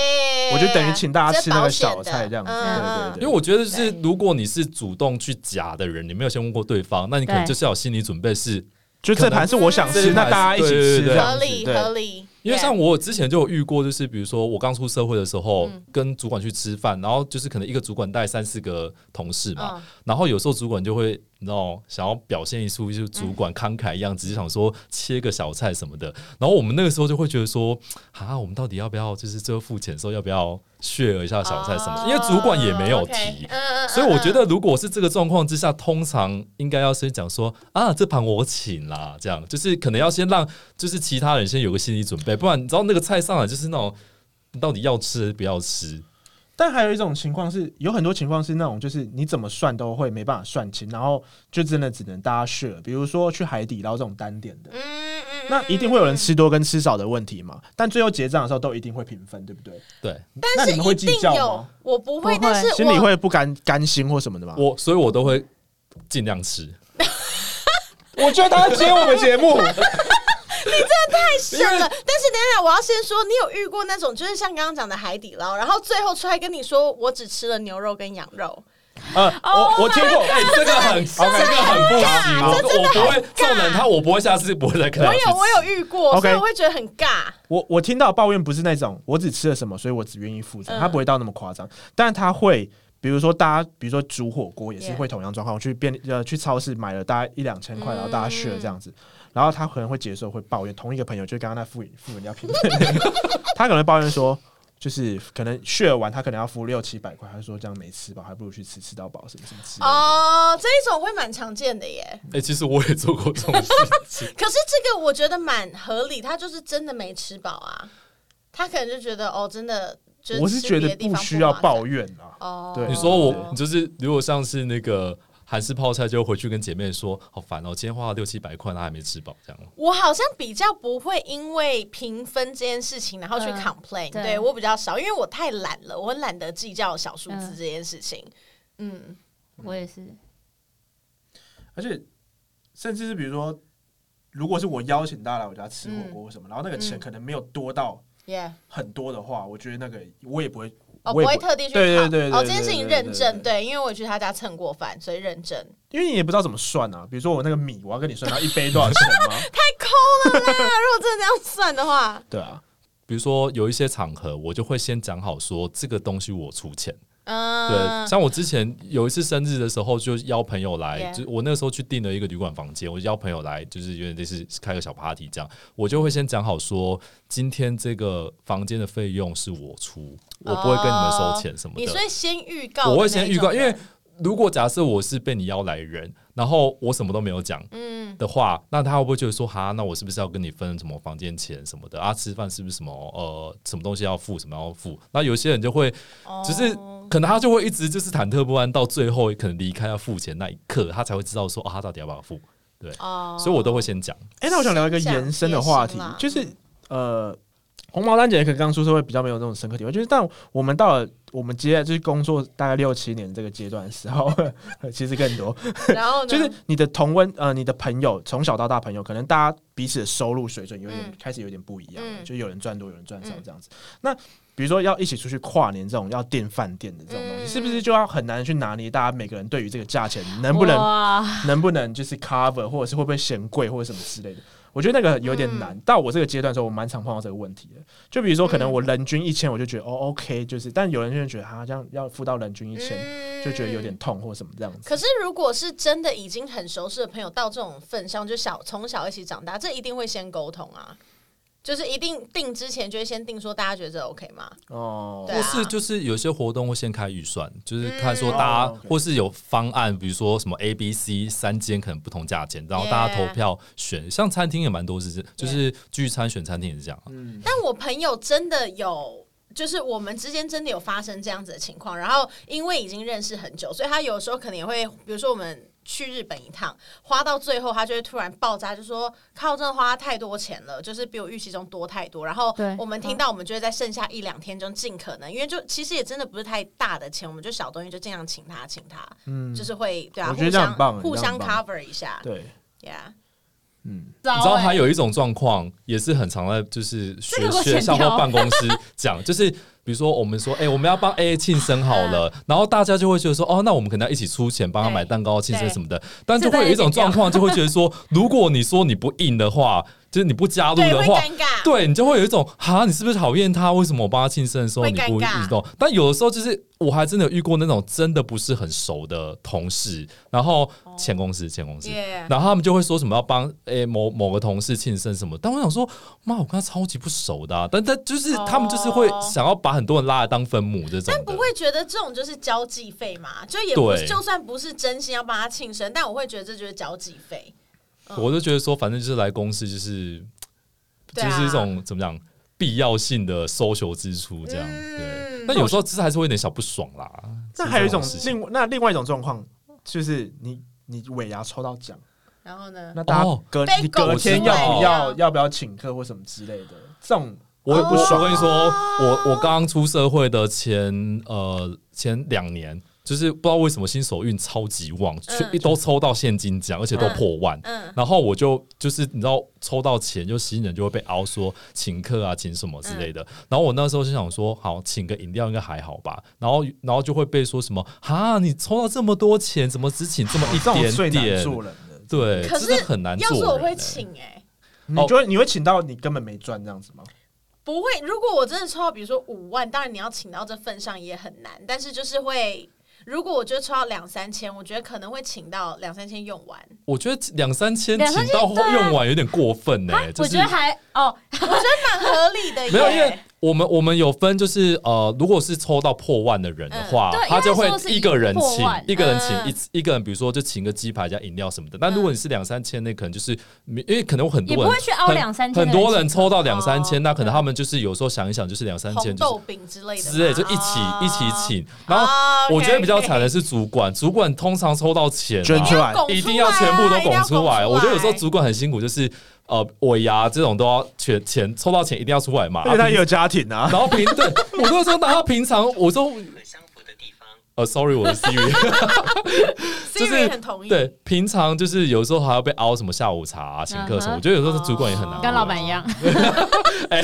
[SPEAKER 3] 我就等于请大家吃那个
[SPEAKER 2] 这是保险
[SPEAKER 3] 小菜这样子
[SPEAKER 2] 的嗯
[SPEAKER 3] 对对对
[SPEAKER 1] 因为我觉得是，如果你是主动去夹的人，你没有先问过对方，那你可能
[SPEAKER 4] 对
[SPEAKER 1] 就是要有心理准备是，
[SPEAKER 3] 就这盘是我想
[SPEAKER 1] 可
[SPEAKER 3] 吃，
[SPEAKER 1] 能
[SPEAKER 3] 那大家一起吃这
[SPEAKER 1] 对
[SPEAKER 3] 样
[SPEAKER 2] 嗯合
[SPEAKER 3] 子，
[SPEAKER 2] 理合
[SPEAKER 3] 对，
[SPEAKER 2] 理，
[SPEAKER 1] 因为
[SPEAKER 2] Yeah
[SPEAKER 1] 像我之前就有遇过，就是比如说我刚出社会的时候，
[SPEAKER 2] 嗯
[SPEAKER 1] 跟主管去吃饭，然后就是可能一个主管带三四个同事嘛，
[SPEAKER 2] 嗯
[SPEAKER 1] 然后有时候主管就会，你知道，想要表现一出就是主管慷慨一样，只是想说切个小菜什么的。然后我们那个时候就会觉得说，啊，我们到底要不要，就是最后付钱的时候要不要 share 一下小菜什么的？因为主管也没有提。
[SPEAKER 2] 哦 OK，嗯嗯嗯
[SPEAKER 1] 所以我觉得，如果是这个状况之下，通常应该要先讲说啊，这盘我请啦，这样就是可能要先让就是其他人先有个心理准备，不然你知道那个菜上来就是那种你到底要吃还是不要吃，
[SPEAKER 3] 但还有一种情况是，有很多情况是那种就是你怎么算都会没办法算清，然后就真的只能大家 share，比如说去海底捞这种单点的。
[SPEAKER 2] 嗯嗯
[SPEAKER 3] 那一定会有人吃多跟吃少的问题嘛？但最后结账的时候都一定会平分，对不对？
[SPEAKER 1] 对。
[SPEAKER 3] 那
[SPEAKER 2] 但是
[SPEAKER 3] 你们会
[SPEAKER 2] 一
[SPEAKER 3] 计
[SPEAKER 2] 定
[SPEAKER 3] 较
[SPEAKER 2] 有
[SPEAKER 3] 吗？，
[SPEAKER 2] 我不会，
[SPEAKER 4] 不会
[SPEAKER 2] 但是
[SPEAKER 3] 心里
[SPEAKER 2] 我
[SPEAKER 3] 会不甘甘心或什么的吗？
[SPEAKER 1] 我所以，我都会尽量吃。
[SPEAKER 3] 我觉得他接我们节目，
[SPEAKER 2] 是了，但是等一下我要先说，你有遇过那种就是像刚刚讲的海底捞，然后最后出来跟你说我只吃了牛肉跟羊肉，
[SPEAKER 3] 呃，
[SPEAKER 2] 哦
[SPEAKER 3] 我我听过，
[SPEAKER 1] 哎、这个很，这个很不行，我
[SPEAKER 2] 这真的
[SPEAKER 1] 我不会
[SPEAKER 2] 很尬
[SPEAKER 1] 这种人，他我不会下次不会再看他
[SPEAKER 2] 我
[SPEAKER 1] 去
[SPEAKER 2] 有
[SPEAKER 1] 吃
[SPEAKER 2] 我有遇过
[SPEAKER 3] OK
[SPEAKER 2] 所以我会觉得很尬。
[SPEAKER 3] 我我听到抱怨不是那种我只吃了什么，所以我只愿意付账，
[SPEAKER 2] 嗯
[SPEAKER 3] 他不会到那么夸张，但他会。比如说，大家比如说煮火锅也是
[SPEAKER 2] Yeah
[SPEAKER 3] 会同样状况，我去便呃去超市买了大概一两千块，
[SPEAKER 2] 嗯
[SPEAKER 3] 然后大家 share 这样子，然后他可能会接受会抱怨，同一个朋友就刚刚那付付人家评论，他可能抱怨说，就是可能 share 完他可能要付六七百块，他说这样没吃饱，还不如去吃吃到饱什么什么之类的。
[SPEAKER 2] 哦、这一种会蛮常见的耶。
[SPEAKER 1] 哎、其实我也做过这种事情。
[SPEAKER 2] 可是这个我觉得蛮合理，他就是真的没吃饱啊，他可能就觉得哦，真的，就是
[SPEAKER 3] 我是
[SPEAKER 2] 吃
[SPEAKER 3] 觉
[SPEAKER 2] 别
[SPEAKER 3] 得
[SPEAKER 2] 的地
[SPEAKER 3] 不
[SPEAKER 2] 方
[SPEAKER 3] 需要
[SPEAKER 2] 划算
[SPEAKER 3] 抱怨啊。
[SPEAKER 2] 哦。
[SPEAKER 3] 对啊
[SPEAKER 1] 你说我你就是，如果像是那个韩式泡菜，就回去跟姐妹说，好烦哦，今天花了六七百块，她还没吃饱，这样。
[SPEAKER 2] 我好像比较不会因为评分这件事情，然后去
[SPEAKER 4] 嗯
[SPEAKER 2] complain，、
[SPEAKER 4] 对
[SPEAKER 2] 对我比较少，因为我太懒了，我很懒得计较小数字这件事情。嗯，
[SPEAKER 4] 我也是，
[SPEAKER 3] 而且甚至是比如说，如果是我邀请大家来我家吃火锅或什么，然后那个钱
[SPEAKER 2] 嗯
[SPEAKER 3] 可能没有多到
[SPEAKER 2] 耶、
[SPEAKER 3] 很多的话，我觉得那个我也不会，
[SPEAKER 2] 哦，
[SPEAKER 3] 我
[SPEAKER 2] 不
[SPEAKER 3] 也
[SPEAKER 2] 会特地去
[SPEAKER 3] 对对
[SPEAKER 2] 考
[SPEAKER 3] 对对
[SPEAKER 2] 哦，
[SPEAKER 3] 对
[SPEAKER 2] 这件事情
[SPEAKER 3] 对对
[SPEAKER 2] 认
[SPEAKER 3] 对
[SPEAKER 2] 证，
[SPEAKER 3] 对
[SPEAKER 2] 对，因为我去他家蹭过饭，所以认证。
[SPEAKER 3] 因为你也不知道怎么算啊。比如说我那个米，我要跟你算，然后一杯多少钱吗？
[SPEAKER 2] 太抠了啦！如果真的这样算 的话，
[SPEAKER 3] 对啊，
[SPEAKER 1] 比如说有一些场合，我就会先讲好说这个东西我出钱。
[SPEAKER 2] 嗯，
[SPEAKER 1] 对，像我之前有一次生日的时候，就邀朋友来，
[SPEAKER 2] Yeah
[SPEAKER 1] 就我那时候去订了一个旅馆房间，我就邀朋友来，就是有点类似开个小 party 这样，我就会先讲好说今天这个房间的费用是我出，我不会跟你们收钱什么的。
[SPEAKER 2] 哦你所以先预告，
[SPEAKER 1] 我会先预告，因为如果假设我是被你邀来的人，然后我什么都没有讲
[SPEAKER 2] 嗯，
[SPEAKER 1] 的话，那他会不会觉得说，哈，那我是不是要跟你分什么房间钱什么的啊？吃饭是不是什么呃什么东西要付，什么要付？那有些人就会，
[SPEAKER 2] 哦
[SPEAKER 1] 只是可能他就会一直就是忐忑不安，到最后可能离开要付钱那一刻，他才会知道说，啊，他到底要不要付？
[SPEAKER 2] 哦，
[SPEAKER 1] 所以我都会先讲，
[SPEAKER 2] 啊
[SPEAKER 3] 哎、那我想聊一个延伸的话题
[SPEAKER 2] 嗯这样也行啦，
[SPEAKER 3] 就是呃，红毛丹姐可能刚出社会比较没有那种深刻体会，就是但我们到了我们接就是工作大概六七年这个阶段的时候， 其实更多，
[SPEAKER 2] 然后呢
[SPEAKER 3] 就是你的同温呃你的朋友从小到大朋友，可能大家彼此的收入水准有点、
[SPEAKER 2] 嗯
[SPEAKER 3] 开始有点不一样了，
[SPEAKER 2] 嗯
[SPEAKER 3] 就有人赚多，有人赚少
[SPEAKER 2] 嗯
[SPEAKER 3] 这样子。那比如说要一起出去跨年这种要订饭店的这种东西，
[SPEAKER 2] 嗯
[SPEAKER 3] 是不是就要很难去拿捏大家每个人对于这个价钱能不能
[SPEAKER 2] 嗯
[SPEAKER 4] 哇
[SPEAKER 3] 能不能就是 cover，或者是会不会嫌贵或者什么之类的。我觉得那个有
[SPEAKER 2] 嗯
[SPEAKER 3] 点难。到我这个阶段的时候，我蛮常碰到这个问题的。就比如说，可
[SPEAKER 2] 嗯
[SPEAKER 3] 能我人均一千，我就觉得、哦 OK，就是，但有人就会觉得啊，这样要付到人均一千、就觉得有点。
[SPEAKER 2] 嗯
[SPEAKER 3] 痛或什么这样子。
[SPEAKER 2] 可是，如果是真的已经很熟识的朋友，到这种份上，就小从小一起长大，这一定会先沟通啊，就是一定定之前就会先定说，大家觉得这 OK 吗？
[SPEAKER 3] 哦，
[SPEAKER 2] 对啊
[SPEAKER 1] 或是就是有些活动会先开预算，就是看说大家
[SPEAKER 3] 嗯哦，OK
[SPEAKER 1] 或是有方案，比如说什么 A、B、C 三间可能不同价钱，然后
[SPEAKER 2] Yeah
[SPEAKER 1] 大家投票选。像餐厅也蛮多是这，就是聚餐选餐厅也是这样啊。
[SPEAKER 3] 嗯，
[SPEAKER 2] 但我朋友真的有，就是我们之间真的有发生这样子的情况。然后因为已经认识很久，所以他有时候可能也会，比如说我们去日本一趟，花到最后，他就会突然爆炸，就说：“靠，真的花太多钱了，就是比我预期中多太多。”然后
[SPEAKER 4] 对
[SPEAKER 2] 我们
[SPEAKER 3] 嗯
[SPEAKER 2] 听到，我们就会在剩下一两天中尽可能，因为就其实也真的不是太大的钱，我们就小东西就尽量请他，请他，
[SPEAKER 3] 嗯
[SPEAKER 2] 就是会对啊，
[SPEAKER 3] 我觉得这样很棒
[SPEAKER 2] 互
[SPEAKER 3] 这样
[SPEAKER 2] 相
[SPEAKER 3] 很
[SPEAKER 2] 互相
[SPEAKER 3] 棒
[SPEAKER 2] cover 一下，
[SPEAKER 3] 对，
[SPEAKER 2] ，Yeah，
[SPEAKER 3] 嗯，
[SPEAKER 1] 你知
[SPEAKER 4] 欸
[SPEAKER 1] 道还有一种状况，也是很常在就是
[SPEAKER 4] 这
[SPEAKER 1] 学
[SPEAKER 4] 个我
[SPEAKER 1] 学
[SPEAKER 4] 剪
[SPEAKER 1] 校
[SPEAKER 4] 掉
[SPEAKER 1] 或办公室讲，就是比如说我们说，哎、我们要帮 A A 庆生好了，
[SPEAKER 2] 嗯
[SPEAKER 1] 然后大家就会觉得说，哦，那我们可能要一起出钱帮他买蛋糕、庆生什么的，但就会有一种状况，就会觉得说，如果你说你不硬的话，就是你不加入
[SPEAKER 2] 对，
[SPEAKER 1] 的
[SPEAKER 2] 会
[SPEAKER 1] 话，
[SPEAKER 2] 尴尬，
[SPEAKER 1] 对你就会有一种哈，你是不是讨厌他？为什么我帮他庆生的时候
[SPEAKER 2] 会
[SPEAKER 1] 你不
[SPEAKER 2] 尴尬
[SPEAKER 1] 运动？但有的时候就是我还真的有遇过那种真的不是很熟的同事，然后前公司前公司，
[SPEAKER 2] 哦，Yeah，
[SPEAKER 1] 然后他们就会说什么要帮诶、某某个同事庆生什么，但我想说，妈，我跟他超级不熟的、啊，但但就是
[SPEAKER 2] 哦
[SPEAKER 1] 他们就是会想要把很多人拉来当分母这种
[SPEAKER 2] 但
[SPEAKER 1] 的
[SPEAKER 2] 不。会觉得这种就是交际费嘛？就也不
[SPEAKER 1] 对
[SPEAKER 2] 就算不是真心要帮他庆生，但我会觉得这就是交际费。
[SPEAKER 1] 我就觉得说，反正就是来公司就是、
[SPEAKER 2] 对
[SPEAKER 1] 就
[SPEAKER 2] 啊
[SPEAKER 1] 是一种怎么讲必要性的 social 支出这样。
[SPEAKER 2] 嗯
[SPEAKER 1] 对，但有时候其实还是会有点小不爽啦。
[SPEAKER 3] 那还有一种
[SPEAKER 1] 是这事情
[SPEAKER 3] 另那另外一种状况就是你你尾牙抽到奖，
[SPEAKER 2] 然后呢？
[SPEAKER 3] 那大家
[SPEAKER 1] 哦
[SPEAKER 3] 隔、
[SPEAKER 2] 被
[SPEAKER 3] 你隔
[SPEAKER 2] 狗
[SPEAKER 3] 天
[SPEAKER 1] 吃
[SPEAKER 3] 要
[SPEAKER 1] 掉
[SPEAKER 3] 不要要不要请客或什么之类的，这种
[SPEAKER 1] 我
[SPEAKER 3] 会不
[SPEAKER 2] 哦
[SPEAKER 1] 我
[SPEAKER 3] 爽
[SPEAKER 1] 我跟你说，我我刚出社会的前呃前两年，就是不知道为什么新手运超级旺，
[SPEAKER 2] 嗯
[SPEAKER 1] 去都抽到现金奖，而且都破万。
[SPEAKER 2] 嗯，
[SPEAKER 1] 然后我就就是你知道抽到钱，就新人就会被凹说请客啊，请什么之
[SPEAKER 2] 嗯
[SPEAKER 1] 类的。然后我那时候就想说，好，请个饮料应该还好吧。然后然后就会被说什么哈，你抽到这么多钱，怎么只请这么
[SPEAKER 3] 哦
[SPEAKER 1] 一
[SPEAKER 3] 这种最
[SPEAKER 1] 点
[SPEAKER 3] 难
[SPEAKER 1] 点？
[SPEAKER 3] 做人的。
[SPEAKER 1] 对，
[SPEAKER 2] 可是
[SPEAKER 1] 真的很难
[SPEAKER 2] 要
[SPEAKER 1] 做人
[SPEAKER 2] 是
[SPEAKER 1] 欸、
[SPEAKER 2] 我会请哎、
[SPEAKER 1] 哦
[SPEAKER 3] 你觉得你会请到你根本没赚这样子吗？
[SPEAKER 2] 不会。如果我真的抽到，比如说五万，当然你要请到这份上也很难，但是就是会。如果我觉得抽到两三千，我觉得可能会请到两三千用完。
[SPEAKER 1] 我觉得两三千
[SPEAKER 4] 两
[SPEAKER 1] 请
[SPEAKER 4] 三千
[SPEAKER 1] 到
[SPEAKER 4] 对啊
[SPEAKER 1] 用完有点过分呢、就
[SPEAKER 4] 我
[SPEAKER 1] 是
[SPEAKER 4] 觉得还哦，
[SPEAKER 2] 蛮合理的耶。
[SPEAKER 1] 没有，因为我们我们有分，就是呃，如果是抽到破万的人的话，
[SPEAKER 4] 嗯对
[SPEAKER 1] 他就会
[SPEAKER 4] 因为说是
[SPEAKER 1] 一个人
[SPEAKER 4] 破
[SPEAKER 1] 请
[SPEAKER 4] 万，
[SPEAKER 1] 一个人
[SPEAKER 2] 嗯
[SPEAKER 1] 请一次一个人，比如说就请个鸡排加饮料什么的。但如果你是两三千，那可能就是因为可能有很
[SPEAKER 4] 嗯也
[SPEAKER 1] 多
[SPEAKER 4] 不
[SPEAKER 1] 人
[SPEAKER 4] 会去凹
[SPEAKER 1] 很
[SPEAKER 4] 两三千
[SPEAKER 1] 很
[SPEAKER 4] 的
[SPEAKER 1] 多
[SPEAKER 4] 人
[SPEAKER 1] 人抽到两三
[SPEAKER 2] 哦
[SPEAKER 1] 千，那可
[SPEAKER 4] 嗯
[SPEAKER 1] 能他们就是有时候想一想，就是两三
[SPEAKER 2] 红
[SPEAKER 1] 千就是
[SPEAKER 2] 豆饼之类的嘛，
[SPEAKER 1] 之类，就一起
[SPEAKER 2] 哦
[SPEAKER 1] 一起。请。然
[SPEAKER 4] 哦
[SPEAKER 1] 后我觉得比较惨的是主管，主管通常抽到钱啊
[SPEAKER 3] 捐
[SPEAKER 2] 哦
[SPEAKER 3] 出来
[SPEAKER 1] 一定
[SPEAKER 2] 啊
[SPEAKER 1] 要全部都拱出
[SPEAKER 2] 出
[SPEAKER 1] 来。
[SPEAKER 2] 来。
[SPEAKER 1] 我觉得有时候主管很辛苦，就是呃尾牙这种都要钱钱抽到钱一定要出来嘛。
[SPEAKER 3] 因为他也有家庭啊。
[SPEAKER 1] 然后平对，我那时候拿到平常，我说
[SPEAKER 5] 和相符的地方。
[SPEAKER 1] 呃，sorry，我的 Siri，就
[SPEAKER 2] Siri
[SPEAKER 1] 是
[SPEAKER 2] 很同意，
[SPEAKER 1] 对，平常就是有时候还要被凹什么下午茶、啊、请客什么，
[SPEAKER 4] 嗯哼哦
[SPEAKER 1] 我觉得有时候主管也很难为。
[SPEAKER 4] 跟老板一样，
[SPEAKER 1] 哎，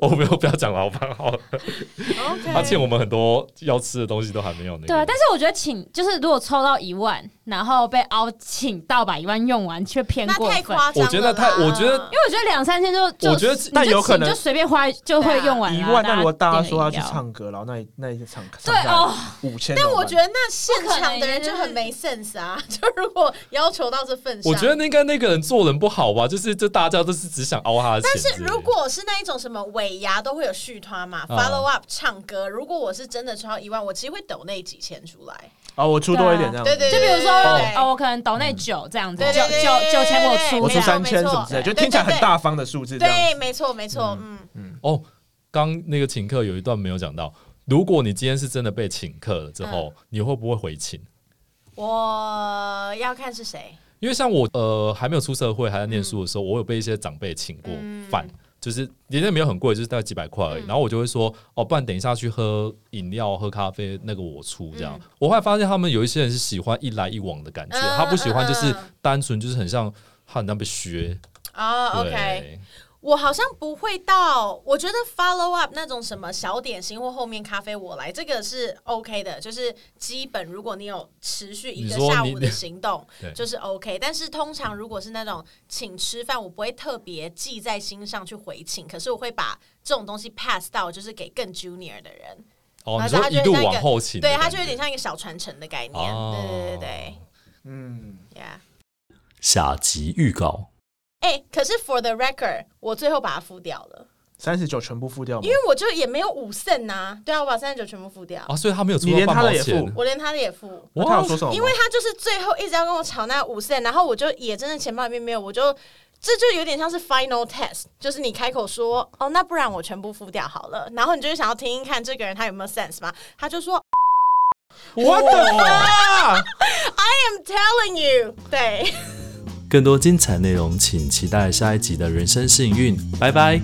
[SPEAKER 1] 我没有不要讲老板好了，
[SPEAKER 2] OK，
[SPEAKER 1] 他欠我们很多要吃的东西都还没有那个。
[SPEAKER 4] 对啊。但是我觉得请就是如果抽到一万，然后被凹请到把一万用完，却偏
[SPEAKER 2] 那
[SPEAKER 4] 过
[SPEAKER 2] 太
[SPEAKER 4] 分。
[SPEAKER 2] 夸张了
[SPEAKER 1] 我
[SPEAKER 2] 啦。
[SPEAKER 1] 觉得太我觉得
[SPEAKER 4] 因为我觉得两三千就，就
[SPEAKER 1] 我觉得
[SPEAKER 4] 你就
[SPEAKER 3] 但有可能
[SPEAKER 4] 请就随便花就会用完
[SPEAKER 3] 一
[SPEAKER 4] 啦
[SPEAKER 1] 啊
[SPEAKER 3] 万，那如果大家
[SPEAKER 4] 点
[SPEAKER 3] 说要
[SPEAKER 4] 饮
[SPEAKER 3] 去
[SPEAKER 4] 料
[SPEAKER 3] 唱歌，然后那一那一场
[SPEAKER 4] 对哦，
[SPEAKER 3] 五千，
[SPEAKER 2] 但我觉
[SPEAKER 3] 得
[SPEAKER 2] 得那现场的人就很没 sense 啊！ 就如果要求到这份上，
[SPEAKER 1] 我觉得。那应该那个人做人不好吧，就是就大家都是只想凹他的钱
[SPEAKER 2] 但
[SPEAKER 1] 之类的。
[SPEAKER 2] 是如果是那一种什么尾牙都会有续团嘛、
[SPEAKER 1] 嗯
[SPEAKER 2] f o l l o w up 唱歌，如果我是真的抽到一万，我其实会抖那几千出来。
[SPEAKER 3] 哦，我出多一点这样子，
[SPEAKER 2] 对对
[SPEAKER 4] 就比如说
[SPEAKER 2] 对
[SPEAKER 4] 哦，我可能抖那九这样子，
[SPEAKER 2] 对
[SPEAKER 4] 九
[SPEAKER 2] 对对
[SPEAKER 4] 九九千我出，
[SPEAKER 3] 我
[SPEAKER 2] 没错
[SPEAKER 3] 出三千
[SPEAKER 2] 没
[SPEAKER 3] 什
[SPEAKER 2] 错
[SPEAKER 3] 么之类的，就
[SPEAKER 2] 对
[SPEAKER 3] 听起来
[SPEAKER 2] 对
[SPEAKER 3] 很
[SPEAKER 2] 对
[SPEAKER 3] 大方的数字这样
[SPEAKER 2] 对，
[SPEAKER 3] 子。
[SPEAKER 2] 没错没错，嗯，
[SPEAKER 1] 哦，刚那个请客有一段没有讲到，如果你今天是真的被请客了之后，
[SPEAKER 2] 嗯
[SPEAKER 1] 你会不会回请？
[SPEAKER 2] 我要看是谁，嗯
[SPEAKER 1] 因为像我呃还没有出社会还在念书的时候，我有被一些长辈请过饭，就是也那没有很贵，就是大概几百块而已。
[SPEAKER 2] 嗯
[SPEAKER 1] 然后我就会说，哦，不然等一下去喝饮料、喝咖啡，那个我出这样。我后来发现他们有一些人是喜欢一来一往的感觉，
[SPEAKER 2] 嗯
[SPEAKER 1] 他不喜欢就是
[SPEAKER 2] 嗯嗯
[SPEAKER 1] 单纯就是很像他很像被削。
[SPEAKER 2] 哦
[SPEAKER 1] 对
[SPEAKER 2] ，OK。我好像不会到，我觉得 follow up 那种什么小点心或后面咖啡我来，这个是 OK 的，就是基本如果你有持续一
[SPEAKER 1] 你
[SPEAKER 2] 个
[SPEAKER 1] 说
[SPEAKER 2] 下
[SPEAKER 1] 你
[SPEAKER 2] 午的行动
[SPEAKER 1] 对，
[SPEAKER 2] 就是 OK。但是通常如果是那种请吃饭，我不会特别记在心上去回请，可是我会把这种东西 pass 到，就是给更 junior 的人，
[SPEAKER 1] 哦，
[SPEAKER 2] 然
[SPEAKER 1] 你说
[SPEAKER 2] 后他就
[SPEAKER 1] 一路
[SPEAKER 2] 像一个
[SPEAKER 1] 往后倾的
[SPEAKER 2] 对
[SPEAKER 1] 感觉，
[SPEAKER 2] 它就有点像一个小传承的概念。
[SPEAKER 1] 哦
[SPEAKER 2] 对对对
[SPEAKER 3] 嗯，
[SPEAKER 2] 对，Yeah。
[SPEAKER 1] 下集预告。
[SPEAKER 2] 哎、可是 for the record，我最后把它付掉了，
[SPEAKER 3] 三十九全部付掉吗
[SPEAKER 2] 因？为我就也没有五胜呐、对啊，我把三十九全部付掉。
[SPEAKER 1] 啊，所以他没有出
[SPEAKER 3] 你
[SPEAKER 1] 到
[SPEAKER 3] 连
[SPEAKER 1] 半
[SPEAKER 3] 他的
[SPEAKER 1] 毛
[SPEAKER 3] 也
[SPEAKER 1] 钱
[SPEAKER 3] 付。
[SPEAKER 2] 我连他的也付，
[SPEAKER 3] 哦那他有说什么吗？
[SPEAKER 2] 因为他就是最后一直要跟我吵那五 c 然后我就也真的钱包里面没有，我就这就有点像是 final test，就是你开口说哦，那不然我全部付掉好了，然后你就是想要听听看这个人他有没有 sense 嘛，他就说
[SPEAKER 3] 我的
[SPEAKER 2] I'm telling you，对。
[SPEAKER 1] 更多精彩内容，请期待下一集的人生幸运。拜拜。